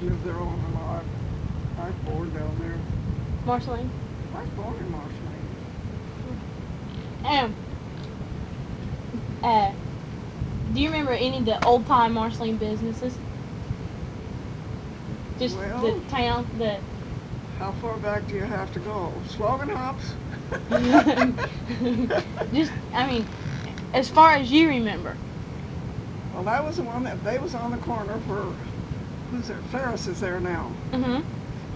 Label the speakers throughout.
Speaker 1: lives there on the lot. I board down there.
Speaker 2: Marceline.
Speaker 1: I born in Marshland.
Speaker 2: Um. Uh. Do you remember any of the old time Marceline businesses? Just
Speaker 1: Well-
Speaker 2: the town, the
Speaker 1: How far back do you have to go? Slogan hops?
Speaker 2: just I mean, as far as you remember.
Speaker 1: Well, that was the one that they was on the corner for, who's there? Ferris is there now.
Speaker 2: Mm-hmm.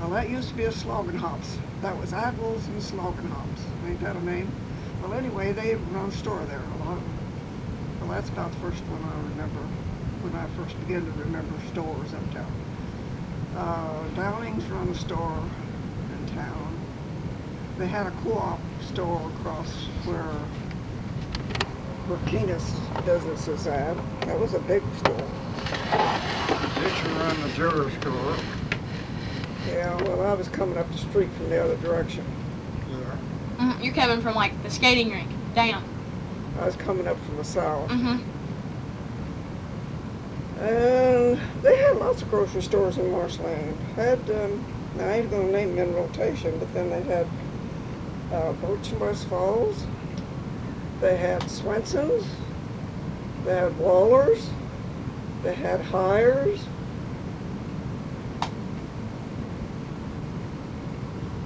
Speaker 1: Well, that used to be a slogan hops. That was apples and slogan hops. Ain't that a name? Well, anyway, they run a store there a lot. Well, that's about the first one I remember when I first began to remember stores in town. Uh, Downing's run a store in town. They had a co-op store across where Burkina's business is at. That was a big store.
Speaker 3: Fisher run the jewelry store.
Speaker 1: Yeah, well, I was coming up the street from the other direction.
Speaker 3: Yeah.
Speaker 2: mm-hmm. You're coming from like the skating rink down.
Speaker 1: I was coming up from the south.
Speaker 2: Mm-hmm.
Speaker 1: And they had lots of grocery stores in Marshland. Had, um, now I ain't gonna name them in rotation, but then they had uh, Birch and West Falls. They had Swenson's. They had Waller's. They had Hires.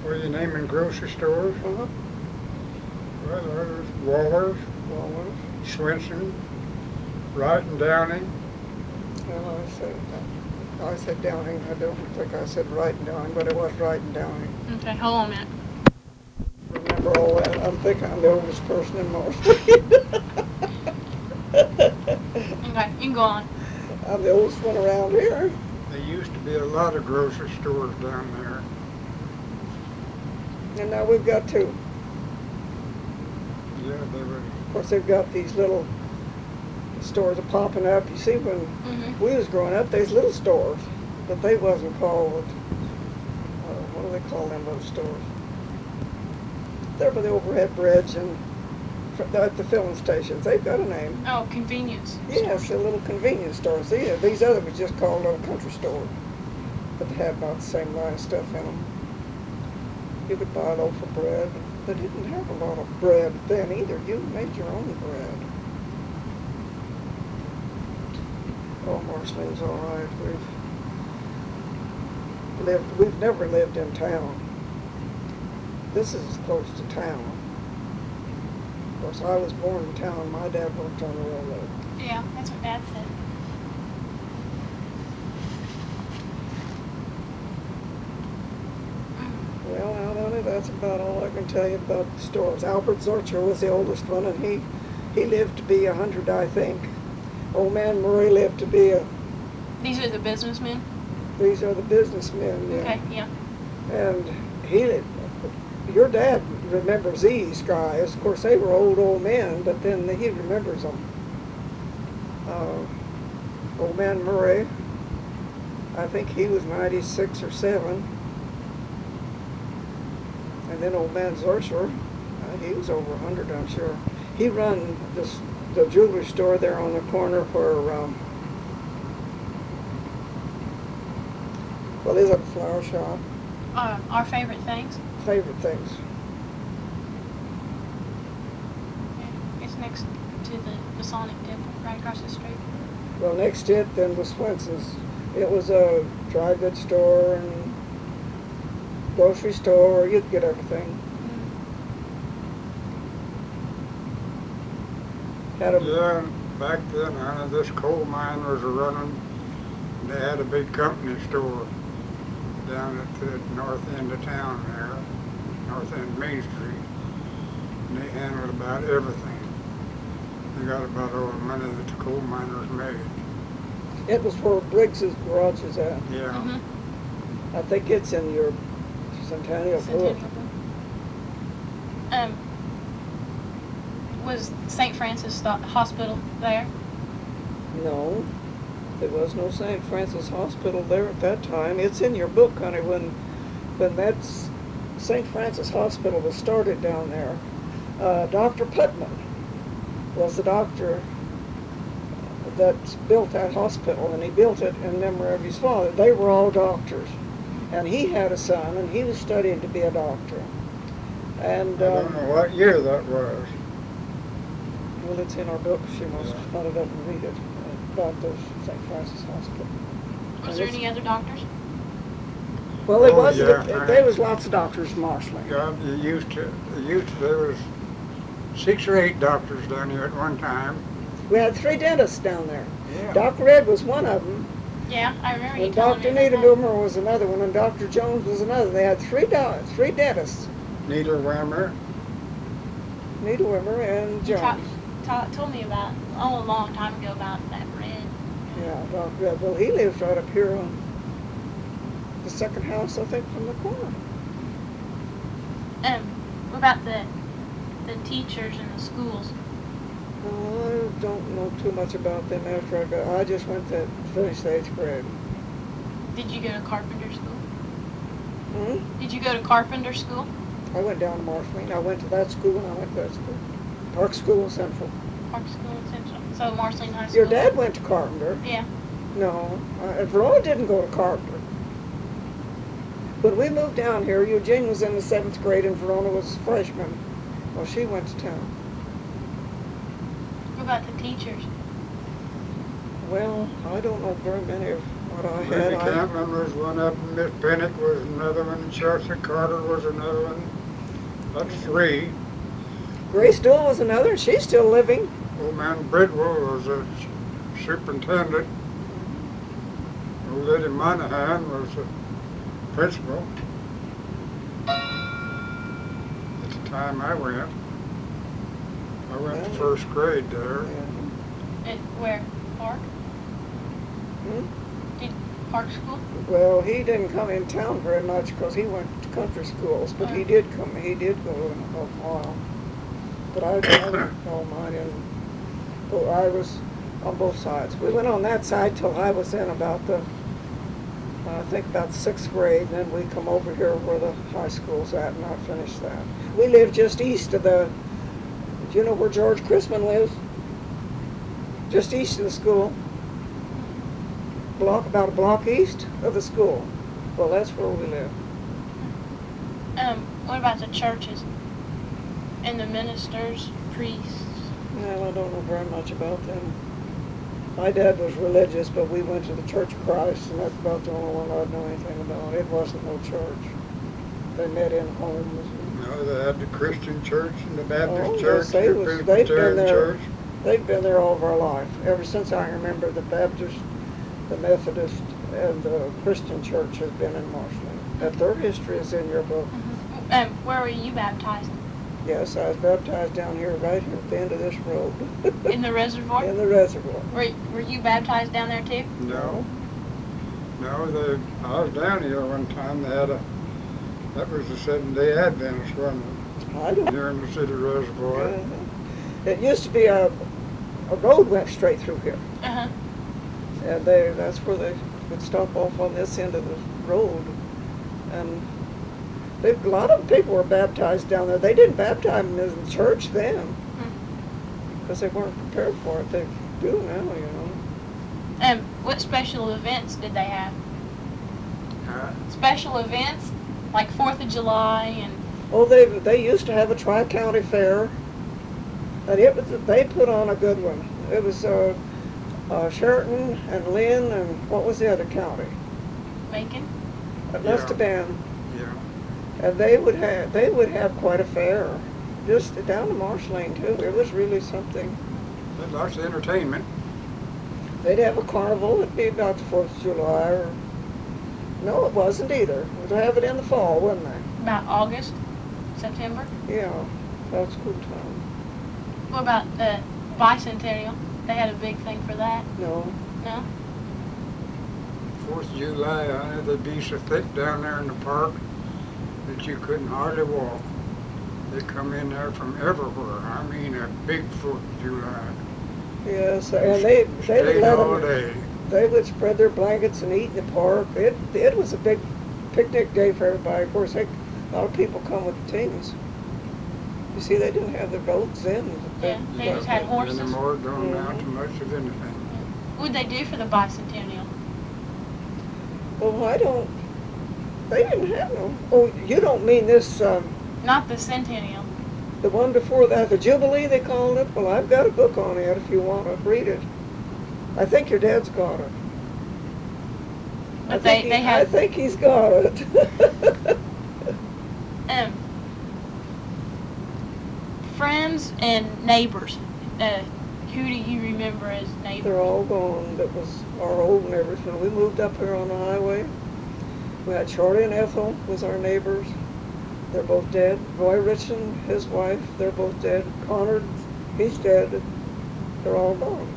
Speaker 3: Were you naming grocery stores?
Speaker 1: Uh-huh.
Speaker 3: Well, there's Waller's,
Speaker 1: Waller's.
Speaker 3: Swenson, Wright and Downing.
Speaker 1: And I said, I said Downing. I don't think I said right and Downing, but it was right and Downing.
Speaker 2: Okay, hold on a minute.
Speaker 1: remember all that. I'm thinking I'm the oldest person in Marshland.
Speaker 2: Okay, you can go on.
Speaker 1: I'm the oldest one around here.
Speaker 3: There used to be a lot of grocery stores down there.
Speaker 1: And now we've got two.
Speaker 3: Yeah, they were,
Speaker 1: Of course, they've got these little stores are popping up. You see, when
Speaker 2: Mm-hmm.
Speaker 1: we was growing up, these little stores, but they wasn't called, uh, what do they call them little stores? They're by the overhead bridge and fr- at the filling stations. They've got a name.
Speaker 2: Oh, convenience.
Speaker 1: Yes, a little convenience store. See, uh, these other was just called little country store, but they had about the same line of stuff in them. You could buy a loaf of bread. They didn't have a lot of bread then either. You made your own bread. Oh, Marceline's all right. We've lived. We've never lived in town. This is as close to town. Of course, I was born in town. My dad worked on the railroad.
Speaker 2: Yeah, that's what Dad said.
Speaker 1: Well, now, Donnie, that's about all I can tell you about the stores. Albert Zorcher was the oldest one, and he, he lived to be a hundred, I think. Old man Murray lived to be a,
Speaker 2: These are the businessmen.
Speaker 1: these are the businessmen,
Speaker 2: Okay,
Speaker 1: yeah.
Speaker 2: yeah.
Speaker 1: And he, li- your dad remembers these guys. Of course, they were old, old men, but then he remembers them. Uh, old man Murray, I think he was ninety-six or seven. And then old man Zersher, uh, he was over a hundred, I'm sure. He run this, the jewelry store there on the corner where, um, well, there's a flower shop
Speaker 2: Uh, our favorite things.
Speaker 1: favorite things.
Speaker 2: It's next to the Masonic Temple, right across the street.
Speaker 1: Well, next to it then was Swenson's. It was a dry goods store and grocery store. You'd get everything. Had a
Speaker 3: yeah, and back then, I know this coal mine was running. They had a big company store down at the north end of town there, north end Main Street. And they handled about everything. They got about all the money that the coal miners made,
Speaker 1: it was where Briggs's garage is at.
Speaker 3: yeah.
Speaker 2: Mm-hmm.
Speaker 1: I think it's in your Centennial Book.
Speaker 2: Centennial Bridge. Um, was St. Francis Sto- Hospital there?
Speaker 1: No, there was no St. Francis Hospital there at that time. It's in your book, honey. When when that s- St. Francis Hospital was started down there, uh, Dr. Putnam was the doctor that built that hospital, and he built it in memory of his father. They were all doctors, and he had a son, and he was studying to be a doctor.
Speaker 3: I
Speaker 1: And
Speaker 3: don't
Speaker 1: um,
Speaker 3: know what year that was.
Speaker 1: well, it's in our book. She must
Speaker 3: Yeah.
Speaker 1: not have up and read it uh, about the St. Francis Hospital.
Speaker 2: Was there
Speaker 1: it's-
Speaker 2: any other doctors?
Speaker 1: Well, it
Speaker 3: Oh,
Speaker 1: was.
Speaker 3: yeah,
Speaker 1: it-
Speaker 3: I-
Speaker 1: there was lots of doctors in Marshland.
Speaker 3: God, you used to, you used to, there was six or eight doctors down here at one time.
Speaker 1: We had three dentists down there.
Speaker 3: Yeah.
Speaker 1: Doc Red was one of them,
Speaker 2: Yeah, I remember you
Speaker 1: and
Speaker 2: telling
Speaker 1: Dr.
Speaker 2: me about that.
Speaker 1: Needleboomer was another one, and Dr. Jones was another. They had three do- three dentists,
Speaker 3: Needlewhammer,
Speaker 1: Needlewimmer and
Speaker 2: You
Speaker 1: Jones.
Speaker 2: ta- ta- told me about, oh, a long time ago about that red.
Speaker 1: Yeah, Doc Red. Well, he lives right up here on the second house, I think, from the corner.
Speaker 2: Um, what about the, the teachers in the schools?
Speaker 1: Well, I don't know too much about them after I got, I just went to finish the eighth grade.
Speaker 2: Did you go to carpenter school?
Speaker 1: Hmm?
Speaker 2: Did you go to carpenter school?
Speaker 1: I went down to Marshland. I went to that school and I went to that school. Park School and Central.
Speaker 2: Park School in Central. So Marceline High School.
Speaker 1: Your dad went to Carpenter.
Speaker 2: Yeah.
Speaker 1: No, uh, Roy didn't go to Carpenter. When we moved down here, Eugene was in the seventh grade and Verona was a freshman. Well, she went to town.
Speaker 2: What about the teachers?
Speaker 1: Well, I don't know very many of what I had.
Speaker 3: Ricky
Speaker 1: I,
Speaker 3: Campman was one of them, Miss Pennick was another one, Chelsea Carter was another one. That's three.
Speaker 1: Grace Dool was another, and she's still living.
Speaker 3: Old man Bridwell was a superintendent. Old lady Monahan was the principal. At the time I went, I went to
Speaker 1: Well.
Speaker 3: first grade there.
Speaker 2: At where? Park? Park School?
Speaker 1: Well, he didn't come in town very much because he went to country schools, but he did come, he did go in a while. But I, I don't know mine in, oh, I was on both sides. We went on that side till I was in about the, I think about sixth grade, and then we come over here where the high school's at, and I finished that. We lived just east of the, do you know where George Chrisman lives? Just east of the school block, about a block east of the school. Well, that's where we live.
Speaker 2: Um, what about the churches? And the ministers, priests?
Speaker 1: Well, I don't know very much about them. My dad was religious, but we went to the Church of Christ, and that's about the only one I know anything about. It wasn't no church. They met in homes.
Speaker 3: No, they had the Christian church and the
Speaker 1: Oh,
Speaker 3: Baptist
Speaker 1: yes,
Speaker 3: church,
Speaker 1: they was-
Speaker 3: the
Speaker 1: they've been
Speaker 3: Presbyterian
Speaker 1: there.
Speaker 3: church.
Speaker 1: They've been there all of our life, ever since I remember. The Baptist, the Methodist, and the Christian Church has been in Marshland. But their history is in your book.
Speaker 2: Um, where were you baptized?
Speaker 1: Yes, I was baptized down here, right here at the end of this road,
Speaker 2: In the reservoir?
Speaker 1: in the reservoir.
Speaker 2: Were, were you baptized down there too?
Speaker 3: No. No, they, I was down here one time, they had a, that was the Seventh Day Adventist, wasn't
Speaker 1: I don't
Speaker 3: it, here in the city reservoir.
Speaker 1: It used to be a, a road went straight through here,
Speaker 2: Uh-huh.
Speaker 1: and they, that's where they would stop off on this end of the road. And they, a lot of people were baptized down there. They didn't baptize them in the church then,
Speaker 2: Hmm.
Speaker 1: because they weren't prepared for it. They do now, you know.
Speaker 2: Um, what special events did they have?
Speaker 3: Uh,
Speaker 2: Special events? Like Fourth of July and
Speaker 1: Oh, they, they used to have a tri-county fair, and it was, they put on a good one. It was, uh, uh, Sheraton and Lynn and what was the other county?
Speaker 2: Macon?
Speaker 1: It must have been.
Speaker 3: Yeah,
Speaker 1: And they would have, they would have quite a fair, just down to Marsh Lane too. It was really something.
Speaker 3: had lots of entertainment.
Speaker 1: They'd have a carnival, it'd be about the Fourth of July or, no, it wasn't either. They'd have it in the fall, wouldn't they?
Speaker 2: About August? September?
Speaker 1: Yeah, that's good time.
Speaker 2: What about the bicentennial? They had a big thing for that.
Speaker 1: No,
Speaker 2: No?
Speaker 3: Fourth of July, I know they'd be so thick down there in the park that you couldn't hardly walk. They come in there from everywhere, I mean a big Fourth of July.
Speaker 1: yes, and they, they would
Speaker 3: Stayed
Speaker 1: let
Speaker 3: all
Speaker 1: them,
Speaker 3: day.
Speaker 1: they would spread their blankets and eat in the park. It, it was a big picnic day for everybody. Of course, they, a lot of people come with teams. You see, they didn't have their boats in.
Speaker 2: Yeah, they just had
Speaker 3: Anymore,
Speaker 2: horses.
Speaker 1: Mm-hmm.
Speaker 3: don't amount to much of anything.
Speaker 2: What'd they do for the bicentennial?
Speaker 1: Oh, I don't, they didn't have no, oh, you don't mean this, um,
Speaker 2: Not the centennial.
Speaker 1: the one before that, the Jubilee they called it? Well, I've got a book on it if you want to read it. I think your dad's got it. I
Speaker 2: But
Speaker 1: think
Speaker 2: they,
Speaker 1: he-
Speaker 2: they had,
Speaker 1: I think he's got it.
Speaker 2: um, friends and neighbors. Uh, who do you remember as neighbors?
Speaker 1: They're all gone. That was our old neighbors. When we moved up here on the highway, we had Shorty and Ethel was our neighbors. They're both dead. Roy Richland, his wife, they're both dead. Connor, he's dead. They're all gone.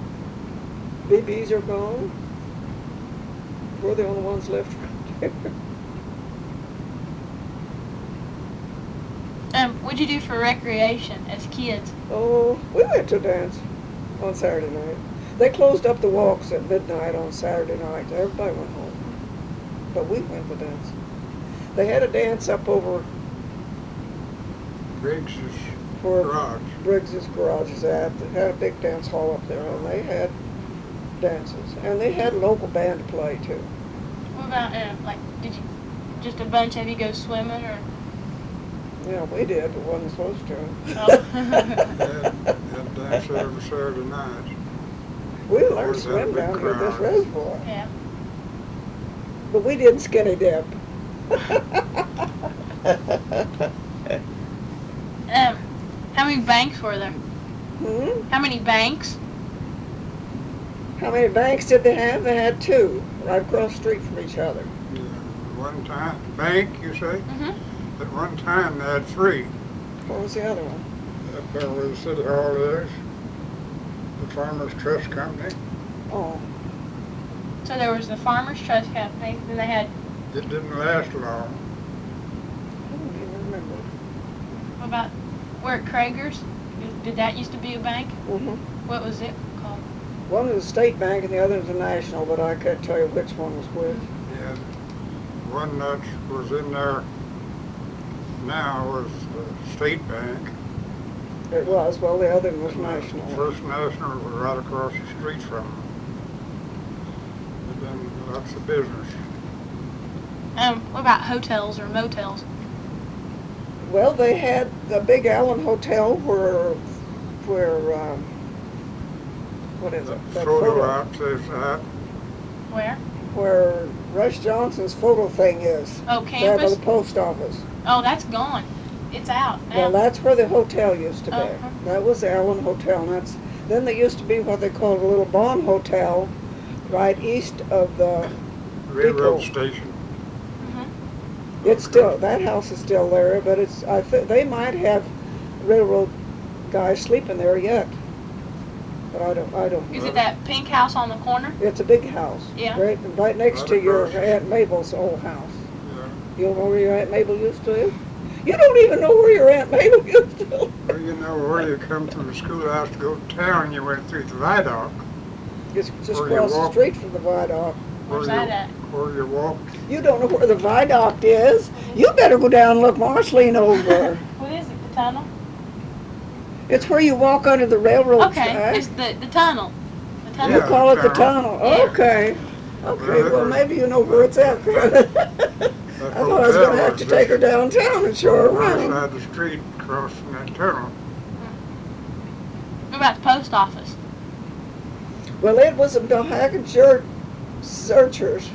Speaker 1: BBs are gone. We're the only ones left around here.
Speaker 2: Um, what'd you do for recreation as kids?
Speaker 1: Oh, we went to dance on Saturday night. They closed up the walks at midnight on Saturday night. Everybody went home. But we went to dance. They had a dance up over
Speaker 3: Briggs's
Speaker 1: where
Speaker 3: garage.
Speaker 1: Briggs's garage is at. They had a big dance hall up there and they had dances. And they had a local band to play too.
Speaker 2: What about, uh, like, did you, just a bunch of you go swimming or?
Speaker 1: Yeah, we did, but wasn't supposed to.
Speaker 2: Oh.
Speaker 3: That, that dance every Saturday night.
Speaker 1: we learned to
Speaker 3: Where's that
Speaker 1: swim
Speaker 3: big
Speaker 1: down here at this
Speaker 3: crowd?
Speaker 1: reservoir.
Speaker 2: Yeah.
Speaker 1: But we didn't skinny dip. Hmm?
Speaker 2: Um, how many banks were there?
Speaker 1: hmm?
Speaker 2: How many banks?
Speaker 1: How many banks did they have? They had two, right across the street from each other.
Speaker 3: Yeah, One time, bank, you say?
Speaker 2: Mm-hmm.
Speaker 3: At one time, they had three.
Speaker 1: What was the other one?
Speaker 3: Up there where the city hall is, the Farmers Trust Company,
Speaker 1: Oh,
Speaker 2: So there was the Farmers Trust Company, then they had,
Speaker 3: it didn't last long.
Speaker 1: I don't even remember.
Speaker 2: what about, we're at Krager's? Did that used to be a bank?
Speaker 1: hmm
Speaker 2: What was it called?
Speaker 1: One was a state bank and the other was a national, but I couldn't tell you which one was which.
Speaker 3: And one that was in there now was the State Bank.
Speaker 1: It was, well, the other one was
Speaker 3: And the
Speaker 1: national.
Speaker 3: First National was right across the street from them. And then lots of business.
Speaker 2: Um, what about hotels or motels?
Speaker 1: Well, they had the Big Allen Hotel where, where, um, what is
Speaker 3: The
Speaker 1: it? That
Speaker 3: photo op says that,
Speaker 2: Where?
Speaker 1: Where Rush Johnson's photo thing is.
Speaker 2: Oh,
Speaker 1: There by
Speaker 2: campus?
Speaker 1: the post office.
Speaker 2: Oh, that's gone. It's out now.
Speaker 1: Well, that's where the hotel used to
Speaker 2: Oh. Uh-huh.
Speaker 1: be. That was the Allen Hotel, and that's, then there used to be what they called a little Bond Hotel, right east of the,
Speaker 3: railroad
Speaker 1: Depot.
Speaker 3: station.
Speaker 2: Mhm.
Speaker 1: it's still, that house is still there, but it's, I think, they might have railroad guys sleeping there yet. But I don't, I don't
Speaker 2: Is
Speaker 1: know.
Speaker 2: it that pink house on the corner?
Speaker 1: It's a big house.
Speaker 2: Yeah.
Speaker 1: Right, right next to
Speaker 3: Right
Speaker 1: your
Speaker 3: across.
Speaker 1: Aunt Mabel's old house.
Speaker 3: Yeah.
Speaker 1: You know where your Aunt Mabel used to live? You don't even know where your Aunt Mabel used to live.
Speaker 3: Well, you know, where you come from the schoolhouse to go to town, you went through the viaduct.
Speaker 1: It's just
Speaker 3: Where you
Speaker 1: across the
Speaker 3: walk.
Speaker 1: street from the viaduct.
Speaker 3: where
Speaker 2: Where's
Speaker 3: you-
Speaker 2: that at?
Speaker 3: Where you walk
Speaker 1: You don't know where the viaduct is. You better go down and look Marceline over.
Speaker 2: What is it, the tunnel?
Speaker 1: it's where you walk under the railroad
Speaker 2: Okay,
Speaker 1: track.
Speaker 2: it's the, the tunnel. The
Speaker 1: You
Speaker 2: tunnel.
Speaker 3: Yeah.
Speaker 1: call it the
Speaker 3: tunnel.
Speaker 1: tunnel. Okay. Okay, well, maybe you know where it's at. I
Speaker 3: That
Speaker 1: thought I was going to
Speaker 3: hotel
Speaker 1: have to take her downtown and show her around.
Speaker 3: Side of the street crossing that tunnel.
Speaker 2: What about the post office?
Speaker 1: Well, it was a Dohagan shirt searchers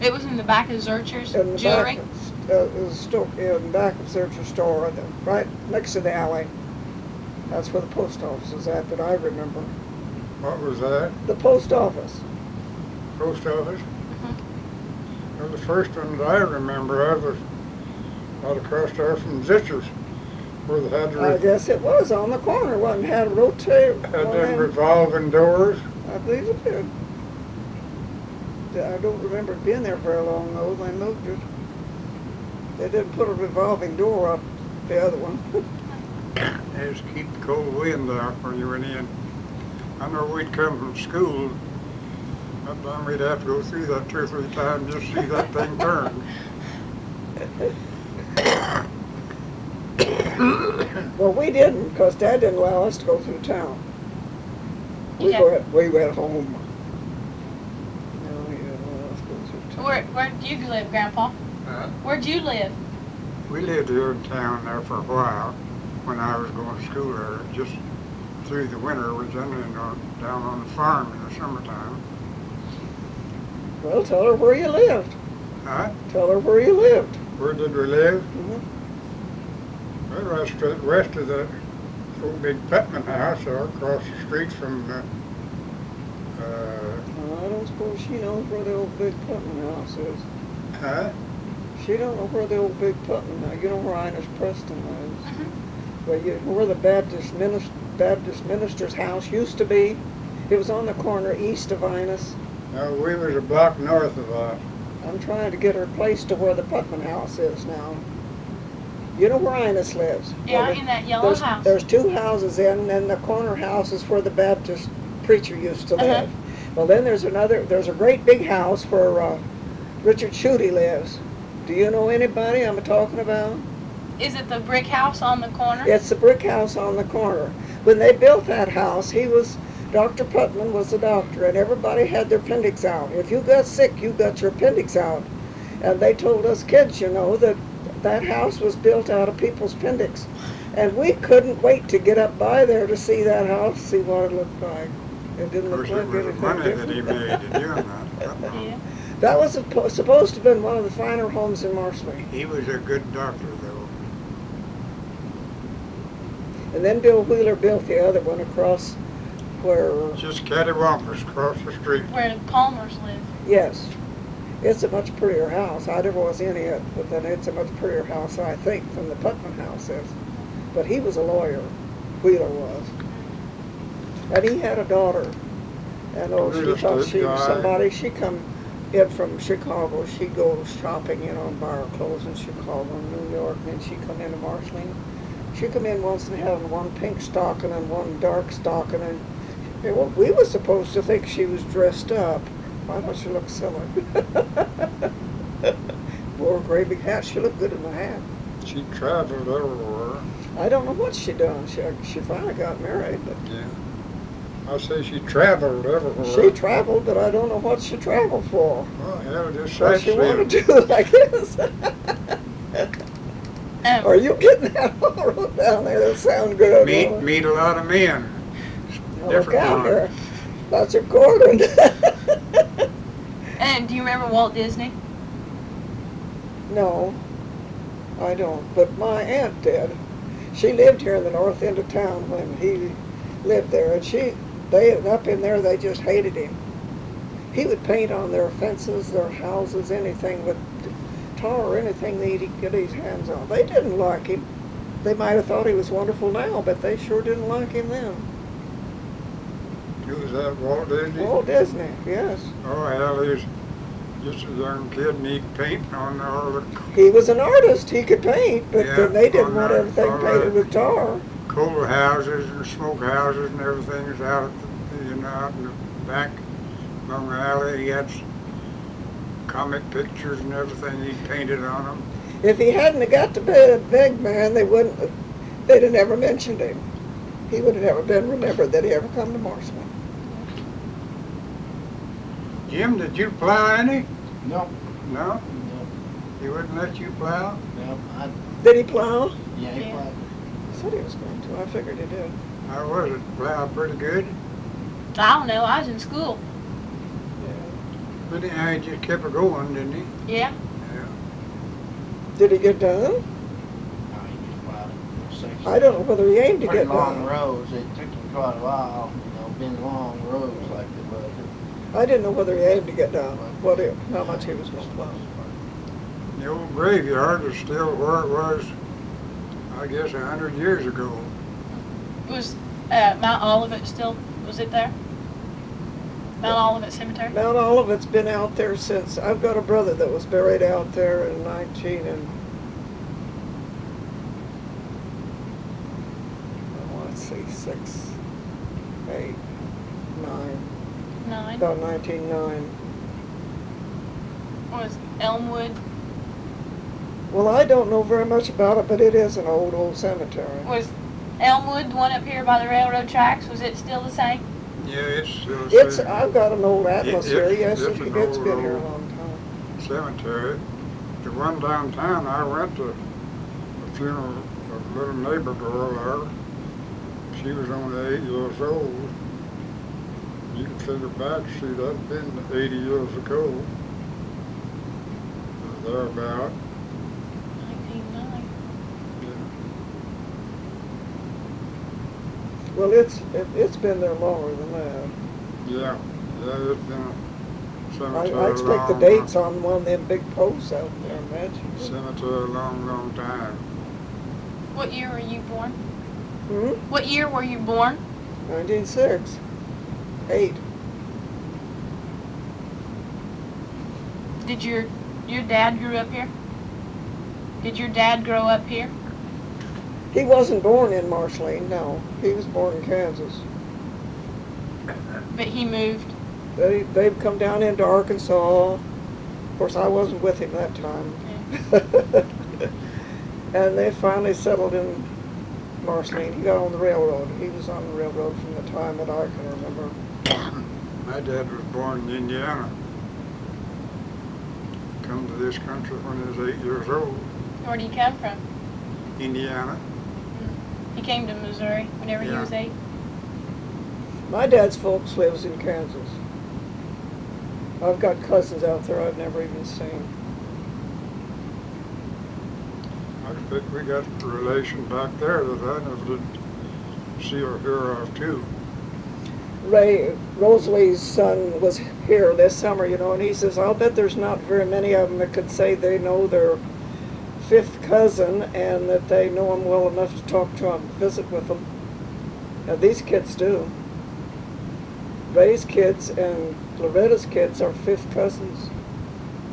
Speaker 2: It was in the back of Zurcher's
Speaker 1: in the
Speaker 2: jewelry.
Speaker 1: back of, uh, the store, in the back of Searcher store, the- right next to the alley. That's where the post office is at that I remember.
Speaker 3: What was that?
Speaker 1: The post office.
Speaker 3: Post office?
Speaker 1: Mm-hmm.
Speaker 3: Well, the first one that I remember of was out across there from Zitzer's, where they had the,
Speaker 1: I
Speaker 3: re-
Speaker 1: guess it was on the corner, wasn't it? had a rotate.
Speaker 3: had them revolving doors.
Speaker 1: I believe it did. Yeah, I don't remember it being there very long though, they moved it. They didn't put a revolving door up the other one.
Speaker 3: They just keep the cold wind out when you went in. I know we'd come from school, sometimes we'd have to go through that two or three times just to see that thing turn.
Speaker 1: Well, we didn't, because Dad didn't allow us to go through town. We
Speaker 2: You had-
Speaker 1: went, we went home.
Speaker 2: where, where'd you live, Grandpa?
Speaker 3: Uh,
Speaker 2: Where'd you live?
Speaker 3: We lived here in town there for a while when I was going to school there, just through the winter, we was in and on, down on the farm in the summertime.
Speaker 1: Well, tell her where you lived.
Speaker 3: Huh?
Speaker 1: Tell her where you lived.
Speaker 3: Where did we live?
Speaker 1: Mhm.
Speaker 3: Well, right straight west of the old big Putman house, or across the street from, uh, uh,
Speaker 1: I don't suppose she knows where the old Big Putnam house is.
Speaker 3: huh?
Speaker 1: She don't know where the old Big Putnam, now you know where Ines Preston is. But you, where the Baptist minister, Baptist minister's house used to be, it was on the corner east of Ines.
Speaker 3: No, we was a block north of us.
Speaker 1: I'm trying to get her place to where the Putnam house is now. You know where Ines lives?
Speaker 2: Yeah,
Speaker 1: Well,
Speaker 2: in that yellow
Speaker 1: there's,
Speaker 2: house.
Speaker 1: There's two houses in, and the corner house is where the Baptist preacher used to
Speaker 2: Uh-huh.
Speaker 1: live. Well, then there's another, there's a great big house where uh, Richard Schutte lives. Do you know anybody I'm talking about?
Speaker 2: Is it the brick house on the corner?
Speaker 1: It's the brick house on the corner. When they built that house, he was, Dr. Putman was the doctor, and everybody had their appendix out. If you got sick, you got your appendix out. And they told us kids, you know, that that house was built out of people's appendix. And we couldn't wait to get up by there to see that house, see what it looked like. It didn't
Speaker 3: Of
Speaker 1: look
Speaker 3: course,
Speaker 1: like
Speaker 3: it was the
Speaker 1: anything
Speaker 3: money that he
Speaker 1: different.
Speaker 3: made in doing that. Putnam.
Speaker 2: Yeah.
Speaker 1: That was suppo- supposed to have been one of the finer homes in Marshall.
Speaker 3: He was a good doctor, though.
Speaker 1: And then Bill Wheeler built the other one across where
Speaker 3: Just cattywampus across the street.
Speaker 2: Where the Palmers live.
Speaker 1: Yes. It's a much prettier house. I never was in it, but then it's a much prettier house, I think, than the Putnam house is. But he was a lawyer, Wheeler was. And he had a daughter. And oh, she
Speaker 3: Wheeler's
Speaker 1: thought
Speaker 3: good
Speaker 1: she was
Speaker 3: guy.
Speaker 1: somebody, she come in from Chicago, she go shopping, you know, and buy her clothes in Chicago and New York, and then she come into Marshalling. She come in once and had one pink stocking and one dark stocking, and and what we were supposed to think she was dressed up. Why don't she look silly? Wore a gray big hat. She looked good in the hat.
Speaker 3: She traveled everywhere.
Speaker 1: I don't know what she done. She, she finally got married, but
Speaker 3: Yeah. I say she traveled
Speaker 1: she
Speaker 3: everywhere.
Speaker 1: traveled, but I don't know what she traveled for.
Speaker 3: Well, hell, just
Speaker 1: What she wanted
Speaker 3: sightseeing.
Speaker 1: to do, I guess.
Speaker 2: Um,
Speaker 1: Are you getting that all wrote down there? That sound good.
Speaker 3: Meet,
Speaker 1: huh?
Speaker 3: meet a lot of men.
Speaker 1: Now Look
Speaker 3: different
Speaker 1: out
Speaker 3: one.
Speaker 1: there. That's a Gordon.
Speaker 2: and do you remember Walt Disney?
Speaker 1: No, I don't, but my aunt did. She lived here in the north end of town when he lived there, and she, they, up in there, they just hated him. He would paint on their fences, their houses, anything with tar or anything that he could get his hands on. They didn't like him. They might have thought he was wonderful now, but they sure didn't like him then.
Speaker 3: Who was that, Walt Disney?
Speaker 1: Walt Disney, yes.
Speaker 3: Oh, hell, he's just a young kid and he painting on all the
Speaker 1: He was an artist, he could paint, but
Speaker 3: Yeah,
Speaker 1: then they
Speaker 3: all
Speaker 1: didn't want
Speaker 3: right,
Speaker 1: everything
Speaker 3: all
Speaker 1: painted
Speaker 3: right.
Speaker 1: with tar.
Speaker 3: coal houses and smoke houses and everything is out at the, you know, out in the back along the alley. He had s- comic pictures and everything he painted on them.
Speaker 1: If he hadn't have got to be a big man, they wouldn't, have- they'd have never mentioned him. He would have never been remembered that he ever come to Marshall.
Speaker 3: Jim, did you plow any?
Speaker 4: No,
Speaker 3: No?
Speaker 4: no,
Speaker 3: He wouldn't let you plow?
Speaker 4: no, I,
Speaker 1: Did he plow?
Speaker 4: yeah, he
Speaker 2: Yeah.
Speaker 4: probably-
Speaker 1: He said he was going to. I figured he did.
Speaker 3: I was. It plowed pretty good.
Speaker 2: I don't know. I was in school.
Speaker 3: But anyhow, he just kept it going, didn't he?
Speaker 2: Yeah.
Speaker 3: Yeah.
Speaker 1: Did he get done?
Speaker 4: no, he just plowed it. Six-
Speaker 1: I don't know whether he aimed to
Speaker 4: Pretty
Speaker 1: get
Speaker 4: long
Speaker 1: done.
Speaker 4: roads, it took him quite a while, you know, been long roads like it was.
Speaker 1: I didn't know whether he aimed to get done, what, he- how much he was going to plow.
Speaker 3: The old graveyard is still where it was, I guess, a hundred years ago.
Speaker 2: Was uh, Mount Olivet still, was it there? Mount Olivet Cemetery?
Speaker 1: Mount Olivet's been out there since, I've got a brother that was buried out there in nineteen and. I wanna say six, eight, nine,
Speaker 2: Nine.
Speaker 1: about nineteen nine.
Speaker 2: Was Elmwood?
Speaker 1: Well, I don't know very much about it, but it is an old, old cemetery.
Speaker 2: Was Elmwood the one up here by the railroad tracks? Was it still the same?
Speaker 3: Yeah, it's uh, still.
Speaker 1: It's, I've got an old atlas
Speaker 3: It-
Speaker 1: here,
Speaker 3: it's-
Speaker 1: yes,
Speaker 3: it's
Speaker 1: it-
Speaker 3: an
Speaker 1: it's
Speaker 3: old,
Speaker 1: been here a
Speaker 3: old-
Speaker 1: long time.
Speaker 3: cemetery. The one downtown, I went to a funeral, a little neighbor girl there. She was only eight years old. You can figure back, she that'd been eighty years ago. Or thereabout.
Speaker 2: Nineteen nine.
Speaker 1: Well, it's, it- it's been there longer than that.
Speaker 3: Yeah, yeah, it's been a
Speaker 1: I,
Speaker 3: cemetery.
Speaker 1: I expect the
Speaker 3: long-
Speaker 1: dates on one of them big posts out there, imagine.
Speaker 3: Cemetery a long, long time.
Speaker 2: What year were you born?
Speaker 1: Hmm?
Speaker 2: What year were you born?
Speaker 1: Nineteen six, eight.
Speaker 2: Did your your dad grew up here? Did your dad grow up here?
Speaker 1: He wasn't born in Marceline, no. He was born in Kansas.
Speaker 2: But he moved.
Speaker 1: They, they've come down into Arkansas. Of course, I wasn't with him that time. And they finally settled in Marceline. He got on the railroad. He was on the railroad from the time that I can remember.
Speaker 3: My dad was born in Indiana. Come to this country when he was eight years old,
Speaker 2: Where did he come from?
Speaker 3: Indiana.
Speaker 2: He came to Missouri whenever he
Speaker 3: Yeah.
Speaker 2: was eight.
Speaker 1: My dad's folks lives in Kansas. I've got cousins out there I've never even seen.
Speaker 3: I expect we got a relation back there that I never did see or hear of too.
Speaker 1: Ray, Rosalie's son was here this summer, you know, and he says, I'll bet there's not very many of them that could say they know their fifth cousin and that they know him well enough to talk to him, visit with him. Now, these kids do. Ray's kids and Loretta's kids are fifth cousins.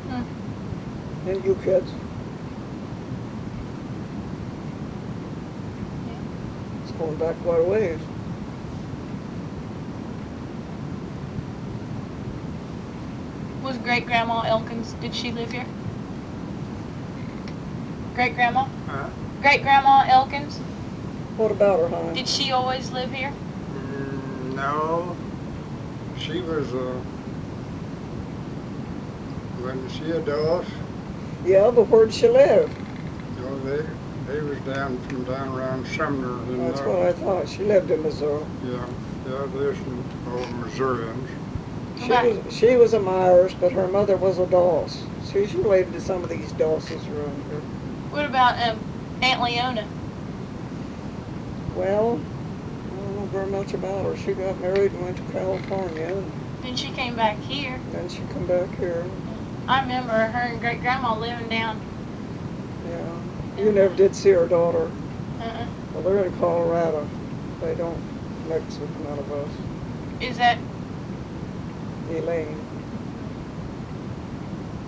Speaker 2: Hmm.
Speaker 1: And you kids. It's going back quite a ways.
Speaker 2: Was great grandma Elkins? Did she live here? Great grandma.
Speaker 3: Huh?
Speaker 2: Great grandma Elkins.
Speaker 1: What about her, hon?
Speaker 2: Did she always live here?
Speaker 3: Mm, No, she was uh, when she adult,
Speaker 1: Yeah, but where'd she live?
Speaker 3: you know, they they was down from down around Sumner. in
Speaker 1: That's
Speaker 3: there.
Speaker 1: what I thought. She lived in Missouri.
Speaker 3: Yeah, yeah, there's some old Missourians.
Speaker 1: She
Speaker 2: Okay.
Speaker 1: was, she was a Myers, but her mother was a Doss. She's related to some of these Dosses around here.
Speaker 2: What about um, Aunt Leona?
Speaker 1: Well, I don't know very much about her. She got married and went to California, and
Speaker 2: Then she came back here.
Speaker 1: then she come back here.
Speaker 2: I remember her and great grandma living down.
Speaker 1: Yeah, you never did see her daughter.
Speaker 2: Uh,
Speaker 1: Well, they're in Colorado. They don't mix with none of us.
Speaker 2: is that?
Speaker 1: Elaine.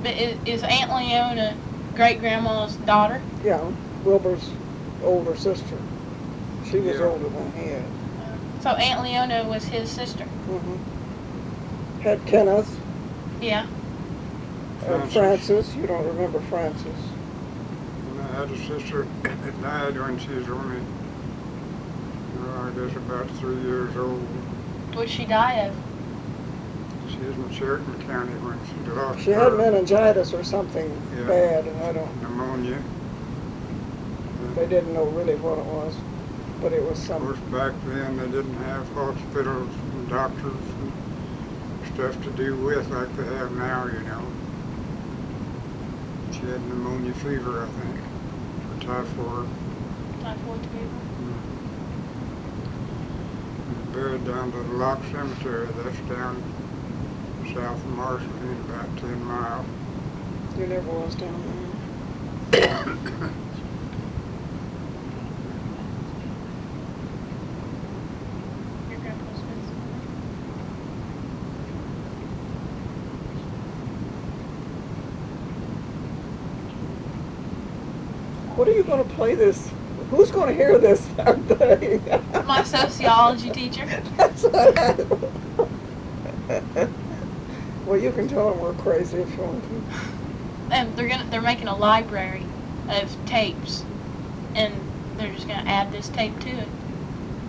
Speaker 2: But is, is Aunt Leona great grandma's daughter?
Speaker 1: Yeah, Wilbur's older sister. She was
Speaker 3: Yeah.
Speaker 1: older than he is.
Speaker 2: So Aunt Leona was his sister.
Speaker 1: Mm-hmm. Had Kenneth.
Speaker 2: Yeah.
Speaker 1: And
Speaker 3: Francis.
Speaker 1: Francis, you don't remember Francis.
Speaker 3: And I had a sister that died when she was only, well, I guess about three years old.
Speaker 2: What'd she die of?
Speaker 3: She was in Sheridan County when she lost
Speaker 1: She had
Speaker 3: her
Speaker 1: meningitis or something
Speaker 3: Yeah.
Speaker 1: bad, and I don't,
Speaker 3: pneumonia.
Speaker 1: they didn't know really what it was, but it was
Speaker 3: Of course,
Speaker 1: some,
Speaker 3: back then, they didn't have hospitals and doctors and stuff to deal with like they have now, you know. She had pneumonia fever, I think, or typhoid,
Speaker 2: Typhoid fever.
Speaker 3: and buried down to the Lock Cemetery, that's down south of Marshall, about ten miles.
Speaker 1: you never was down
Speaker 2: Your grandpa's been.
Speaker 1: there. What are you gonna play this, who's gonna hear this someday?
Speaker 2: My sociology teacher.
Speaker 1: That's what I. Well, you can tell them we're crazy if you want to.
Speaker 2: And they're gonna they're making a library of tapes, and they're just gonna add this tape to it.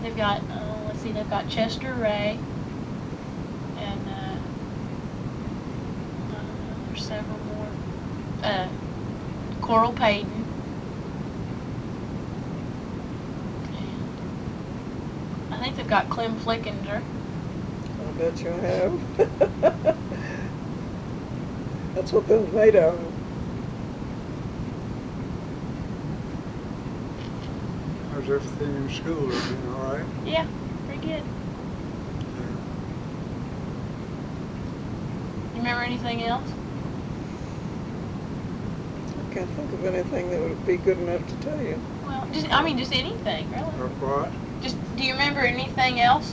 Speaker 2: They've got uh, let's see, they've got Chester Ray, and uh, uh, there's several more. uh, Coral Payton. And I think they've got Clem Flickinger.
Speaker 1: I bet you have. That's what them's made of.
Speaker 3: How's everything in school, looking all right?
Speaker 2: Yeah, pretty good. You remember anything else?
Speaker 1: I can't think of anything that would be good enough to tell you.
Speaker 2: Well, just I mean, just anything, really.
Speaker 3: Or what?
Speaker 2: Just do you remember anything else?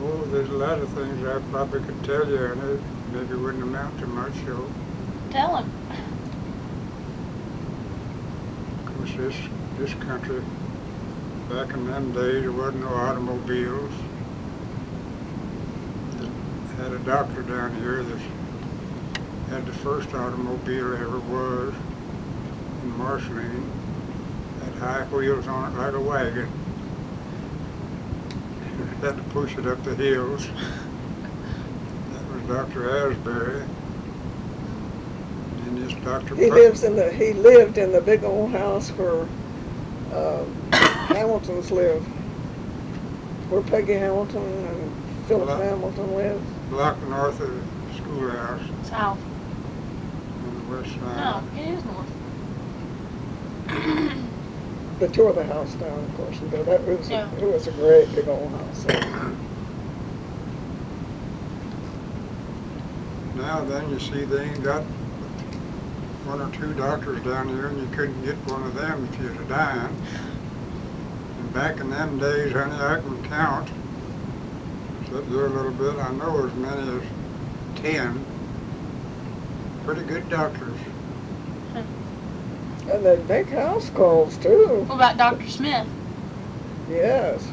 Speaker 3: Oh, there's a lot of things I probably could tell you, and it maybe wouldn't amount to much, so,
Speaker 2: Tell him.
Speaker 3: of course, this, this country, back in them days, there wasn't no automobiles. Had a doctor down here that had the first automobile ever was in Marceline. Had high wheels on it like a wagon. Had to push it up the hills. That was Dr. Asbury. And this Dr.
Speaker 1: He
Speaker 3: Put-
Speaker 1: lives in the, he lived in the big old house where, uh, Hamilton's live. Where Peggy Hamilton and Philip
Speaker 3: Well, I-
Speaker 1: Hamilton live.
Speaker 3: block north of the schoolhouse
Speaker 2: South.
Speaker 3: on the west
Speaker 2: No,
Speaker 1: Uh-huh.
Speaker 3: side.
Speaker 2: it is north.
Speaker 1: They tore the house down, of course, and that it was, a-
Speaker 2: Yeah.
Speaker 1: it was a great big old house.
Speaker 3: Now then, you see, they ain't got one or two doctors down here, and you couldn't get one of them if you was a dying. And back in them days, honey, I can count, except there a little bit, I know as many as ten pretty good doctors.
Speaker 1: And they big house calls too.
Speaker 2: What about Dr. Smith?
Speaker 1: Yes.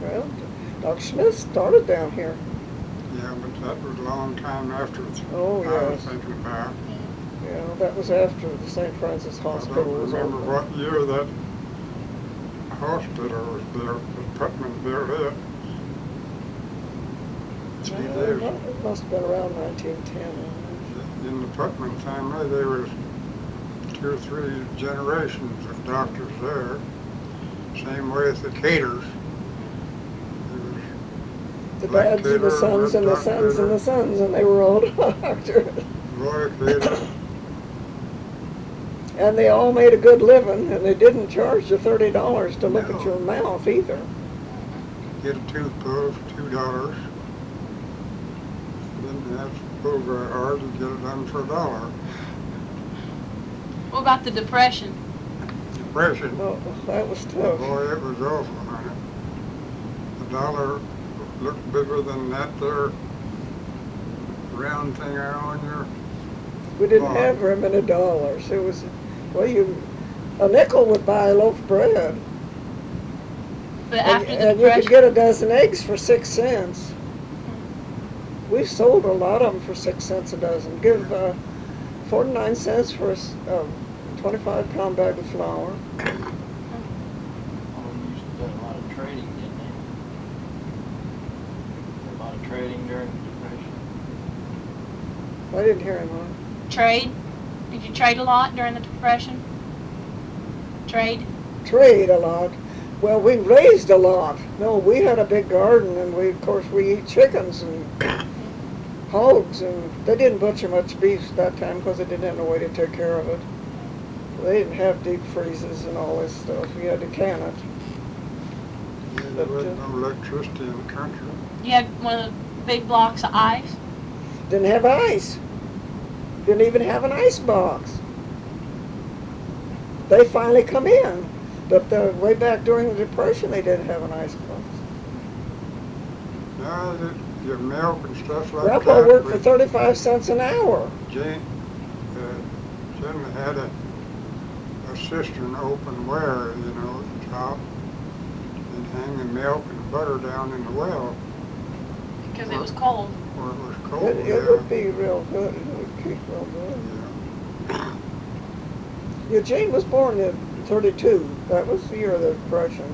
Speaker 1: Well, Dr. Smith started down here.
Speaker 3: Yeah, but that was a long time after
Speaker 1: Oh,
Speaker 3: I was
Speaker 1: yes.
Speaker 3: thinking about.
Speaker 1: You know, that was after the St. Francis
Speaker 3: I
Speaker 1: Hospital
Speaker 3: don't
Speaker 1: was
Speaker 3: remember
Speaker 1: opened.
Speaker 3: what year that hospital was built, but Putman built it. See,
Speaker 1: Well,
Speaker 3: they was-
Speaker 1: It must have been around 1910.
Speaker 3: in the Putman family, there was two or three generations of doctors there. Same way as the Caters. There was
Speaker 1: The
Speaker 3: Like
Speaker 1: dads and the
Speaker 3: Tudor,
Speaker 1: sons and the
Speaker 3: Dr.
Speaker 1: sons and
Speaker 3: Tudor.
Speaker 1: the sons, and they were all doctors.
Speaker 3: Roy Cater,
Speaker 1: And they all made a good living, and they didn't charge you thirty dollars to look
Speaker 3: No.
Speaker 1: at your mouth either.
Speaker 3: get a tooth pulled for two dollars. Didn't have to pull very hard and get it done for a dollar.
Speaker 2: What about the Depression?
Speaker 3: Depression.
Speaker 1: Well, that was tough.
Speaker 3: Boy, it was awful, honey. The dollar looked bigger than that there round thing on your,
Speaker 1: We didn't
Speaker 3: Well,
Speaker 1: have very many dollars. It was, well, you, a nickel would buy a loaf of bread.
Speaker 2: But
Speaker 1: And,
Speaker 2: after the
Speaker 1: and you
Speaker 2: Depression,
Speaker 1: could get a dozen eggs for six cents. We sold a lot of them for six cents a dozen. Give uh, 49 cents for a s- a 25 pound bag of flour.
Speaker 4: Oh, we used to do a lot of trading, didn't they? A lot of trading during the Depression.
Speaker 1: I didn't hear him on.
Speaker 2: trade. Did you trade a lot during the Depression? Trade?
Speaker 1: Trade a lot. Well, we raised a lot. No, we had a big garden, and we, of course, we eat chickens and hogs, and they didn't butcher much beef at that time because they didn't have no way to take care of it. They didn't have deep freezes and all this stuff. You had to can it.
Speaker 3: there wasn't no electricity in the country.
Speaker 2: You had one of the big blocks of ice?
Speaker 1: Didn't have ice. Didn't even have an ice box. They finally come in, but the way back during the Depression, they didn't have an ice box.
Speaker 3: Now, that your milk and stuff like
Speaker 1: Grandpa
Speaker 3: that.
Speaker 1: worked for
Speaker 3: with
Speaker 1: thirty-five cents an hour.
Speaker 3: Jane, uh, Jim had a, a cistern open where, you know, at the top, and hang the milk and butter down in the well
Speaker 2: Because it was cold.
Speaker 3: where it was cold.
Speaker 1: It, it would be real good. It would keep real
Speaker 3: yeah,
Speaker 1: good.
Speaker 3: yeah.
Speaker 1: Eugene was born in thirty-two. That was the year of the Depression.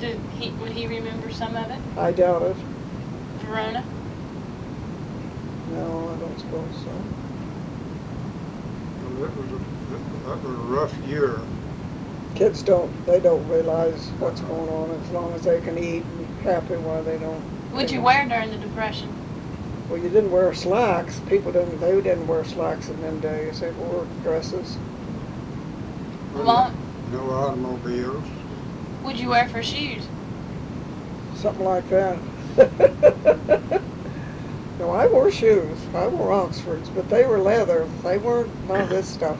Speaker 2: Did he, would he remember some of it?
Speaker 1: I doubt it.
Speaker 2: Verona?
Speaker 1: No, I don't school, so.
Speaker 3: Well, It was a, that was a rough year.
Speaker 1: Kids don't, they don't realize what's going on as long as they can eat and happy while they don't.
Speaker 2: What'd you wear during the depression?
Speaker 1: Well, you didn't wear slacks. People didn't, they didn't wear slacks in them days. They wore dresses.
Speaker 2: Well,
Speaker 3: No automobiles.
Speaker 2: What'd you wear for shoes?
Speaker 1: Something like that. no, I wore shoes. I wore Oxfords, but they were leather. They weren't none of this stuff.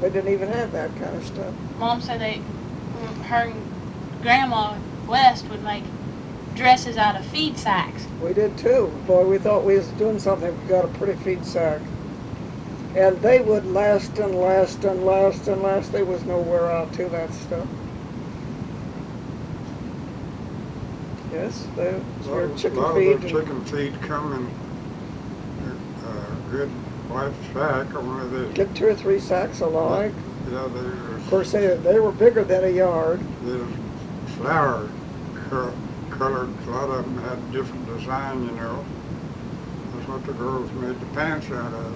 Speaker 1: They didn't even have that kind of stuff.
Speaker 2: Mom said they, her and Grandma West would make dresses out of feed sacks.
Speaker 1: We did too. Boy, we thought we was doing something. We got a pretty feed sack. And they would last and last and last and last. There was no wear out to that stuff. Yes, they were
Speaker 3: Well,
Speaker 1: chicken feed.
Speaker 3: A lot of the
Speaker 1: and-
Speaker 3: chicken feed come in a good white sack, only they,
Speaker 1: Get two or three sacks alike.
Speaker 3: yeah, they
Speaker 1: Of course, they, they were bigger than a yard.
Speaker 3: the flower co- colored, a lot of them had different design, you know. That's what the girls made the pants out of.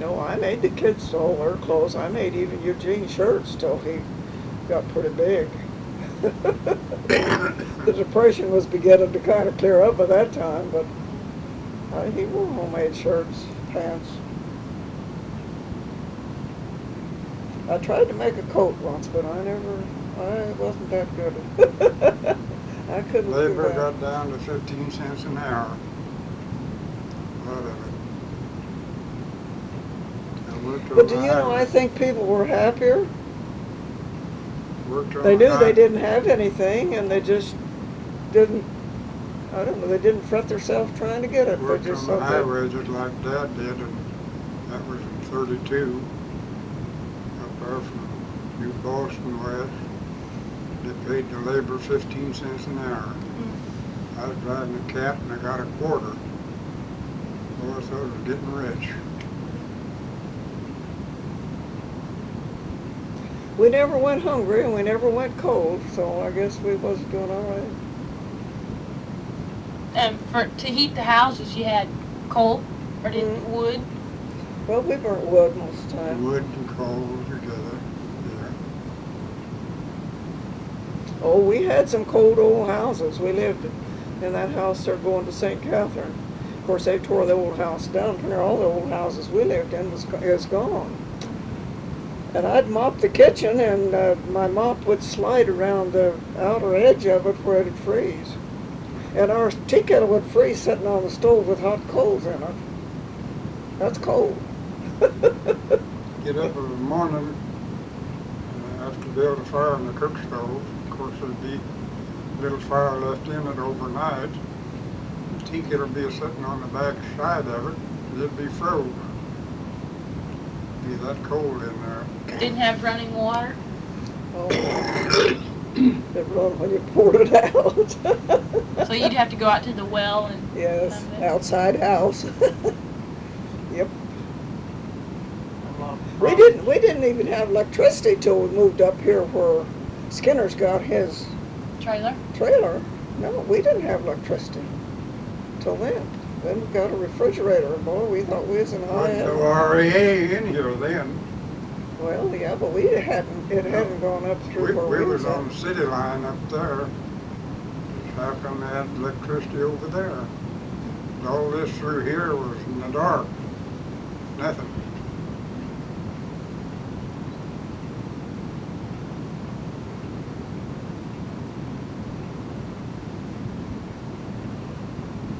Speaker 1: No, I made the kids sew their clothes. I made even Eugene shirts till he got pretty big. the depression was beginning to kind of clear up by that time, but uh, he wore homemade shirts, pants. I tried to make a coat once, but I never, I wasn't that good. I couldn't do
Speaker 3: Labor
Speaker 1: that.
Speaker 3: got down to fifteen cents an hour. A lot of it. I worked on
Speaker 1: But do
Speaker 3: the
Speaker 1: you know, I
Speaker 3: highway-
Speaker 1: think people were happier.
Speaker 3: worked on
Speaker 1: They
Speaker 3: the
Speaker 1: knew they
Speaker 3: high-
Speaker 1: didn't have anything and they just didn't, I don't know, they didn't fret themselves trying to get it. They
Speaker 3: Worked
Speaker 1: just
Speaker 3: on the
Speaker 1: thought that
Speaker 3: highway just like Dad did, and that was in thirty-two. Up there from New Boston West. They paid the labor fifteen cents an hour.
Speaker 1: Mm-hmm.
Speaker 3: I was driving a cat and I got a quarter. Boy, I thought I was getting rich.
Speaker 1: We never went hungry and we never went cold, so I guess we was doing all right.
Speaker 2: And for to heat the houses, you had coal or did
Speaker 1: Mhm.
Speaker 2: wood.
Speaker 1: Well, we burnt wood most of the time.
Speaker 3: Wood and coal together, yeah.
Speaker 1: Oh, we had some cold old houses. We lived in that house there going to St. Catherine. Of course, they tore the old house down, and all the old houses we lived in was, is gone. And I'd mop the kitchen and uh, my mop would slide around the outer edge of it where it'd freeze. And our tea kettle would freeze sitting on the stove with hot coals in it. That's cold. Oh,
Speaker 3: Get up in the morning, and I have to build a fire in the cook stove. Of course, there'd be a little fire left in it overnight. The tea kettle be sitting on the back side of it, it'd be froze. Be that cold in there.
Speaker 2: Didn't have running water.
Speaker 1: Oh, it run when you poured it out.
Speaker 2: So you'd have to go out to the well and
Speaker 1: Yes,
Speaker 2: Okay.
Speaker 1: outside house. Yep.
Speaker 4: A lot of
Speaker 1: We
Speaker 4: problems.
Speaker 1: didn't, we didn't even have electricity till we moved up here where Skinner's got his
Speaker 2: trailer.
Speaker 1: trailer. No, we didn't have electricity till then. Then we got a refrigerator. Boy, we thought we was in high
Speaker 3: Wasn't
Speaker 1: end.
Speaker 3: no REA in here then.
Speaker 1: Well, yeah, but we hadn't, it hadn't gone up
Speaker 3: We,
Speaker 1: through where
Speaker 3: we
Speaker 1: we
Speaker 3: was
Speaker 1: was
Speaker 3: on
Speaker 1: at.
Speaker 3: the city line up there. How come they had electricity over there? And All this through here was in the dark, nothing.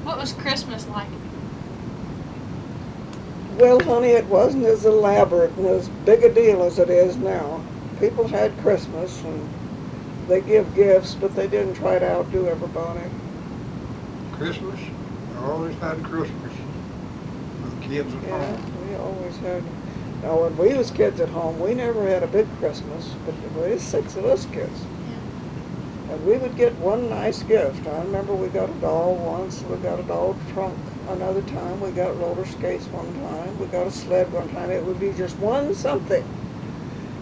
Speaker 2: What was Christmas like?
Speaker 1: Well, honey, it wasn't as elaborate and as big a deal as it is now. People had Christmas and they give gifts, but they didn't try to outdo everybody.
Speaker 3: Christmas, I always had Christmas with kids at
Speaker 1: Yeah,
Speaker 3: home.
Speaker 1: we always had, now when we was kids at home, we never had a big Christmas, but there was six of us kids. And we would get one nice gift. I remember we got a doll once, we got a doll trunk another time, we got roller skates one time, we got a sled one time. It would be just one something.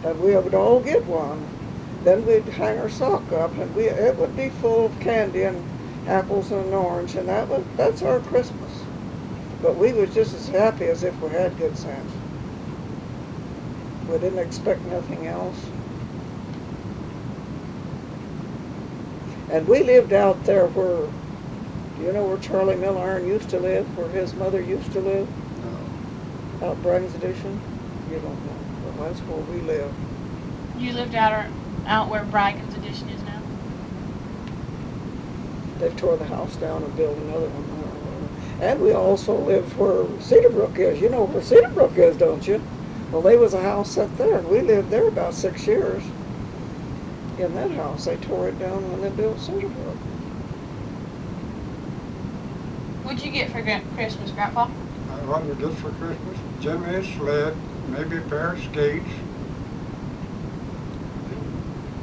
Speaker 1: And we would all get one. Then we'd hang our sock up and we, it would be full of candy and apples and an orange, and that was, that's our Christmas. But we was just as happy as if we had good Santa. We didn't expect nothing else. And we lived out there where, you know where Charlie Milliron used to live, where his mother used to live?
Speaker 3: Uh,
Speaker 1: Out Bryan's Addition? You don't know, but that's where we lived.
Speaker 2: You lived out, or, out where Braggin's Edition is now?
Speaker 1: They tore the house down and built another one. I don't know. And we also lived where Cedarbrook is. You know where Cedarbrook is, don't you? Well, there was a house up there, and we lived there about six years. In that house, they tore it down when they built Cedarbrook.
Speaker 2: What'd you get for gran- Christmas, Grandpa?
Speaker 3: I wonder just for Christmas, Jimmy a sled, maybe a pair of skates,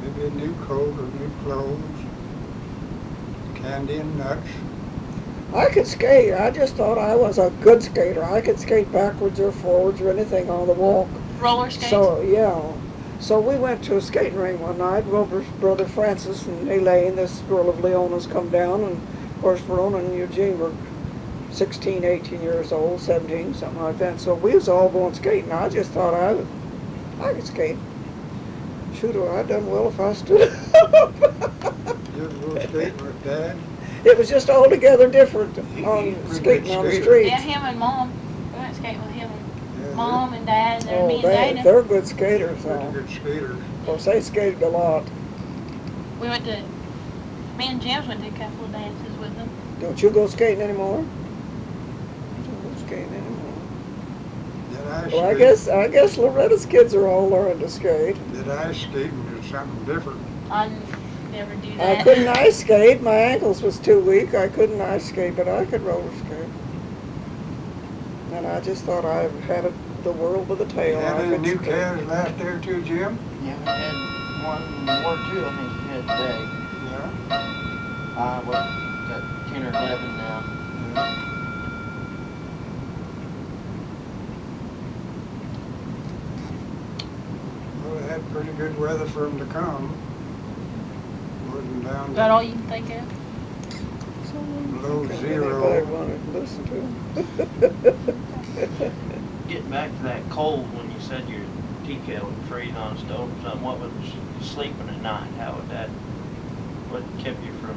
Speaker 3: maybe a new coat or new clothes, candy and nuts.
Speaker 1: I could skate. I just thought I was a good skater. I could skate backwards or forwards or anything on the walk.
Speaker 2: Roller skates?
Speaker 1: So, yeah. So we went to a skating ring one night. Wilbur's brother Francis and Elaine, this girl of Leona's come down. And of course, Verona and Eugene were 16, 18 years old, 17, something like that. So we was all going skating. I just thought I, was- I could skate. Shoot, I done well if I stood up.
Speaker 3: You ever go skating with Dad?
Speaker 1: it was just altogether different on
Speaker 3: Pretty
Speaker 1: skating on the
Speaker 3: skater.
Speaker 1: street.
Speaker 2: Yeah, him and Mom. We went skating with him and
Speaker 3: Yeah,
Speaker 2: Mom and Dad and
Speaker 1: Mm-hmm. Oh,
Speaker 2: me and
Speaker 1: they,
Speaker 2: Dana.
Speaker 1: they're good skaters,
Speaker 3: they're Pretty
Speaker 1: though.
Speaker 3: good skaters.
Speaker 1: Of course, they skated a lot.
Speaker 2: We went to, me and James went to a couple of dances with them.
Speaker 1: Don't you go skating anymore? I Don't go skating anymore.
Speaker 3: Did I skate?
Speaker 1: Well, I guess, I guess Loretta's kids are all learning to skate.
Speaker 3: Did ice skating is something different.
Speaker 2: I never do
Speaker 1: I
Speaker 2: that.
Speaker 1: Uh, couldn't ice skate, my ankles was too weak, I couldn't ice skate, but I could roller skate. And I just thought I had it- the world by the
Speaker 3: You
Speaker 1: tail.
Speaker 3: had
Speaker 1: I
Speaker 3: any
Speaker 1: could
Speaker 3: new
Speaker 1: skate.
Speaker 3: calves last there too, Jim?
Speaker 4: Yeah, I had one or two, I think, you had today.
Speaker 3: Yeah.
Speaker 4: I was at ten or eleven now.
Speaker 3: Well, we had pretty good weather for 'em to come. Wasn't down
Speaker 2: Is that all
Speaker 3: to
Speaker 2: you can think of?
Speaker 1: Someone
Speaker 3: Low
Speaker 1: think
Speaker 3: zero.
Speaker 1: Anybody wanted to listen to 'em.
Speaker 5: Getting back to that cold when you said your tea kettle would freeze on a stove or something, what was sleeping at night? How would that, what kept you from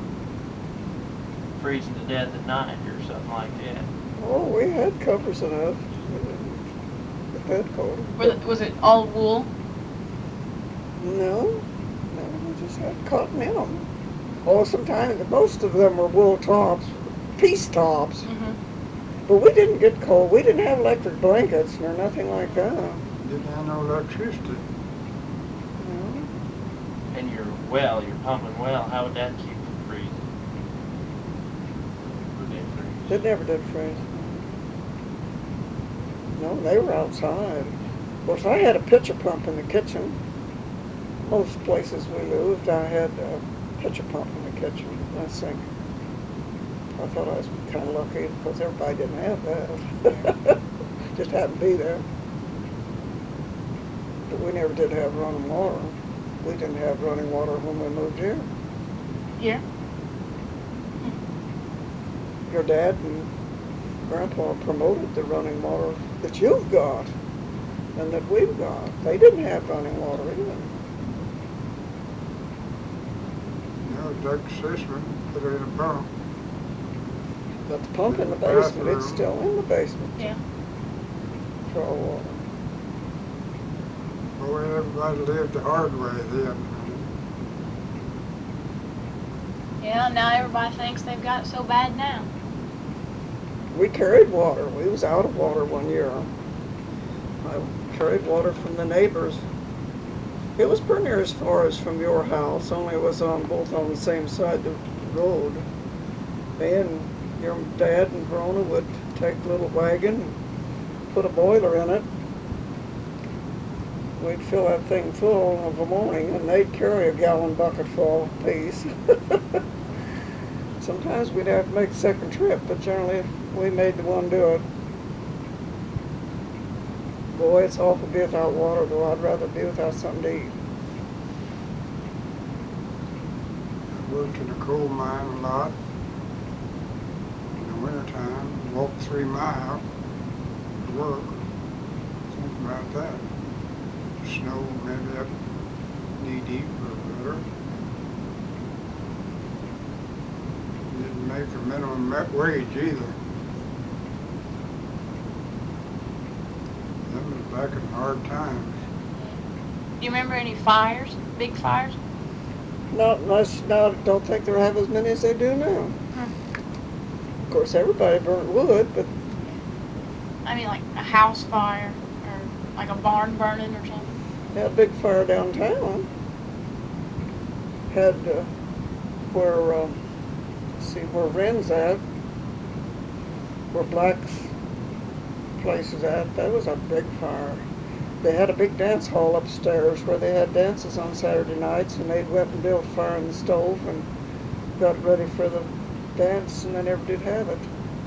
Speaker 5: freezing to death at night or something like that?
Speaker 1: Oh, we had covers enough. It had cold.
Speaker 2: Were the- Was it all wool?
Speaker 1: No, no, we just had cotton in them. Or sometimes, most of them were wool tops, piece tops.
Speaker 2: Mm-hmm.
Speaker 1: But we didn't get cold. We didn't have electric blankets or nothing like that.
Speaker 3: Didn't have no electricity.
Speaker 1: No.
Speaker 5: And your well, your pumping well, how would that keep from freezing? Would it freeze?
Speaker 1: It never did freeze. No, they were outside. Of course, I had a pitcher pump in the kitchen. Most places we moved, I had a pitcher pump in the kitchen, I think. I thought I was kind of lucky because everybody didn't have that. Just happened to be there. But we never did have running water. We didn't have running water when we moved here.
Speaker 2: Here?
Speaker 1: your dad and grandpa promoted the running water that you've got and that we've got. They didn't have running water either.
Speaker 3: You know, Doug Sisman put in a pump.
Speaker 1: But the pump in the basement, it's still in the basement.
Speaker 2: Yeah.
Speaker 1: For all water.
Speaker 3: Boy, everybody lived the hard way then.
Speaker 2: Yeah, now everybody thinks they've got it so bad now.
Speaker 1: We carried water. We was out of water one year. I carried water from the neighbors. It was pretty near as far as from your house, only it was on both on the same side of the road. Me and your dad and Verona would take the little wagon, and put a boiler in it. We'd fill that thing full of a morning, and they'd carry a gallon bucket full apiece. Sometimes we'd have to make a second trip, but generally we made the one do it. Boy, it's awful to be without water, though. I'd rather be without something to eat.
Speaker 3: I worked in a coal mine a lot. three mile to work. Think about that. Snow maybe up knee deep or better. Didn't make a minimum ma- wage either. That was back in hard times.
Speaker 2: Do you remember any fires, big fires?
Speaker 1: Not much, now, don't think they have as many as they do now. Of course, everybody burnt wood, but
Speaker 2: I mean, like a house fire or like a barn burning or something.
Speaker 1: had a big fire downtown. Had, uh, where, um, let's see, where Ren's at, where Black's place is at, that was a big fire. They had a big dance hall upstairs where they had dances on Saturday nights and they'd went and built a fire in the stove and got ready for the dance and they never did have it.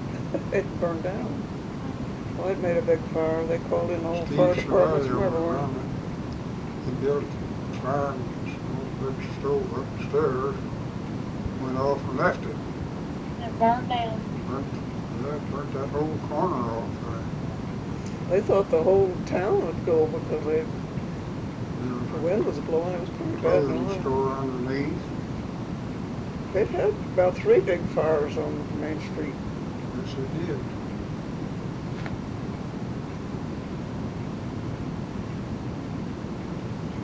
Speaker 1: It burned down. Well, it made a big fire. They called in all
Speaker 3: Steve
Speaker 1: fire departments
Speaker 3: Schreier
Speaker 1: from
Speaker 3: was
Speaker 1: everywhere.
Speaker 3: running. He built a fire and a big stove upstairs, went off and left it.
Speaker 2: It burned down.
Speaker 3: Burnt, that burnt that whole corner off there.
Speaker 1: They thought the whole town would go because they,
Speaker 3: There
Speaker 1: the
Speaker 3: was
Speaker 1: wind was blowing, it was pretty
Speaker 3: a
Speaker 1: bad.
Speaker 3: clothing
Speaker 1: and all.
Speaker 3: store underneath.
Speaker 1: They'd had about three big fires on Main Street.
Speaker 3: Yes, it did.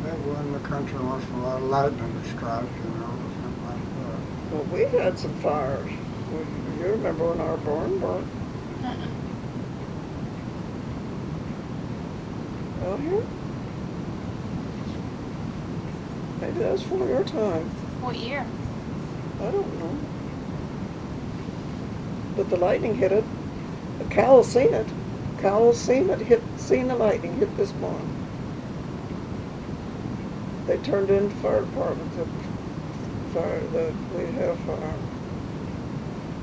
Speaker 3: That one, the country wants a lot of lightning strikes, you know, or something like that.
Speaker 1: Well, we had some fires. We- You remember when our barn burnt
Speaker 2: Uh-uh.
Speaker 1: out here? Maybe that was for your time.
Speaker 2: What year?
Speaker 1: I don't know. But the lightning hit it. The cow seen it. Cow seen it, hit, seen the lightning hit this barn. They turned in fire department, the fire, the, we had a fire.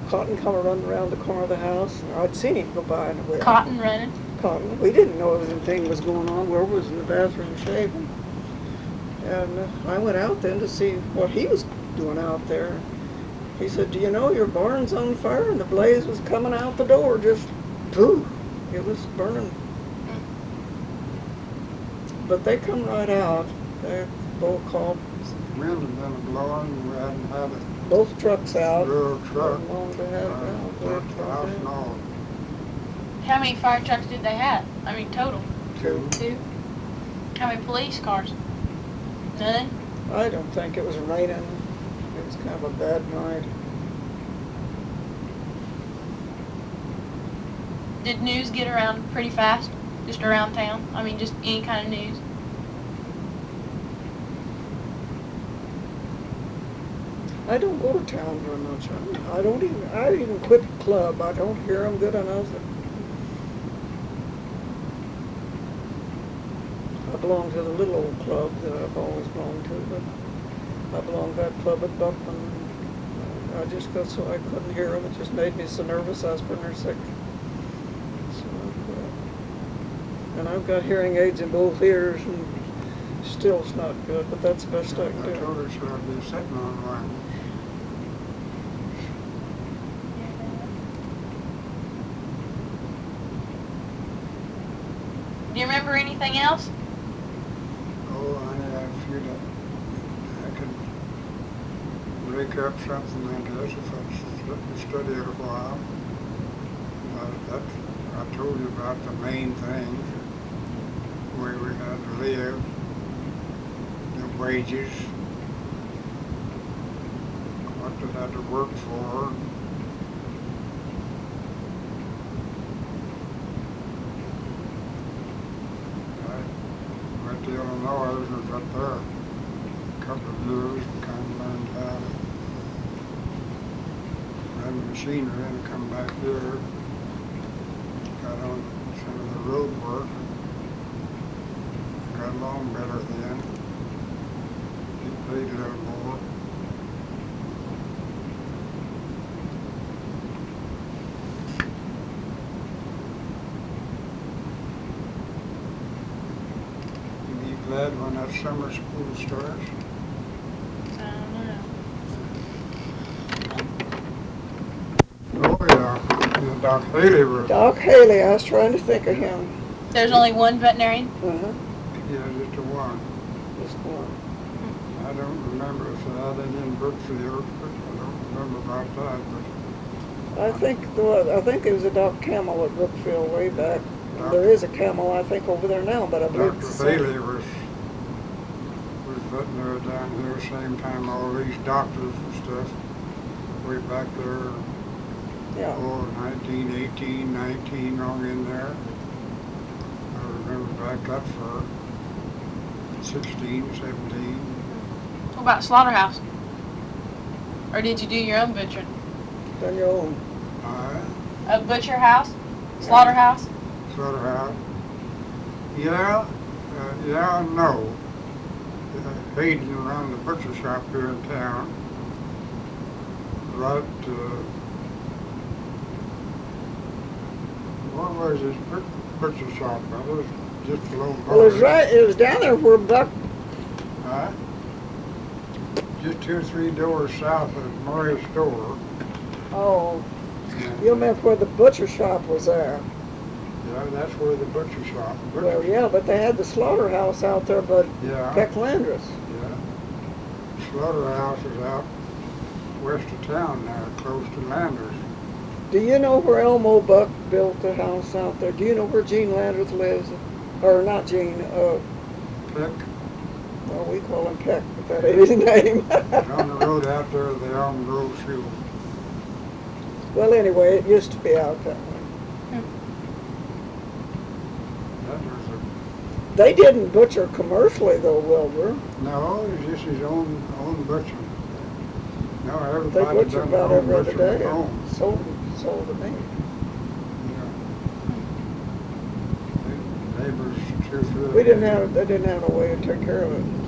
Speaker 1: Cotton come running around the corner of the house, and I'd seen him go by and we.
Speaker 2: Cotton running.
Speaker 1: Cotton, we didn't know anything was going on, where was in the bathroom shaving. And uh, I went out then to see what he was doing out there. He said, do you know your barn's on fire? And the blaze was coming out the door, just poof, it was burning. But they come right out, they both called,
Speaker 3: Wind had been blowing, we hadn't had a
Speaker 1: both trucks out.
Speaker 3: real truck. Uh,
Speaker 1: Wasn't long to have it out, but it come
Speaker 3: House and
Speaker 1: down.
Speaker 3: all,
Speaker 2: How many fire trucks did they have? I mean, total.
Speaker 3: two,
Speaker 2: Two. How many police cars? None.
Speaker 1: I don't think it was raining, it was kind of a bad night.
Speaker 2: Did news get around pretty fast? Just around town? I mean, just any kind of news?
Speaker 1: I don't go to town very much. I, I don't even, I even quit the club. I don't hear them good enough. I belong to the little old club that I've always belonged to, but I belong to that club at Buckman. I just got so I couldn't hear them. It just made me so nervous. I was pretty near sick. So I quit. uh, And I've got hearing aids in both ears and still it's not good, but that's the best I can do.
Speaker 3: I told her so I'd be sitting on one.
Speaker 2: Do you remember anything else?
Speaker 3: Oh, I had a few that, I could rake up something like this if I stu- studied a while. But that, I told you about the main things, where we had to live, the wages, what did I have to work for, I went to Illinois, was up there a couple of years, and kind of learned how to run machinery and come back here. Got on some of the road work. Got along better then. Get paid a little more. You'd be glad when that summer school starts.
Speaker 2: I don't know.
Speaker 3: Oh, yeah. in the Doc Haley room.
Speaker 1: Doc Haley, I was trying to think of him.
Speaker 2: There's only one veterinarian?
Speaker 1: Uh-huh,
Speaker 3: Yeah, just the one.
Speaker 1: just one.
Speaker 3: I don't remember, so I didn't book for the earthquake. I don't remember about that, but
Speaker 1: I think, there was- I think it was a Doc Camel at Brookfield way back. There is a Camel, I think, over there now, but I believe it's...
Speaker 3: Dr. Bailey was, was veterinary down here, same time all these doctors and stuff. Way back there,
Speaker 1: Yeah,
Speaker 3: oh, nineteen eighteen, nineteen, on in there. I remember back that far, sixteen, seventeen.
Speaker 2: What about slaughterhouse? Or did you do your own butcher?
Speaker 1: done your own.
Speaker 3: I
Speaker 2: A butcher house? Slaughterhouse?
Speaker 3: sort of out. Yeah, uh, yeah, and no. Uh, Hayden run the butcher shop here in town. Right, uh, what was his but- butcher shop? That was just below.
Speaker 1: Well, it was
Speaker 3: Mars.
Speaker 1: right, it was down there where Buck,
Speaker 3: Huh? Just two or three doors south of Murray's store.
Speaker 1: oh, you meant where the butcher shop was at.
Speaker 3: Yeah, that's where the butcher shop. butcher-
Speaker 1: Well, yeah, but they had the slaughterhouse out there, but
Speaker 3: Yeah.
Speaker 1: Peck Landris.
Speaker 3: Yeah. Slaughterhouse is out west of town now, close to Landers.
Speaker 1: Do you know where Elmo Buck built the house out there? Do you know where Gene Landers lives? Or not Gene, uh,
Speaker 3: Pick,
Speaker 1: well, we call him Peck, but that ain't his name.
Speaker 3: and on the road out there, the Elm Grove School.
Speaker 1: Well, anyway, it used to be out that way.
Speaker 2: Hmm.
Speaker 3: That was a,
Speaker 1: They didn't butcher commercially though, Wilbur.
Speaker 3: no, it's just his own, own butcher. No,
Speaker 1: They
Speaker 3: everybody
Speaker 1: butcher
Speaker 3: done their
Speaker 1: about
Speaker 3: own
Speaker 1: every other
Speaker 3: butcher at
Speaker 1: day.
Speaker 3: home.
Speaker 1: and Sold, sold the meat.
Speaker 3: yeah. Neighbors, two, three.
Speaker 1: We didn't have, they didn't have a way to take care of it.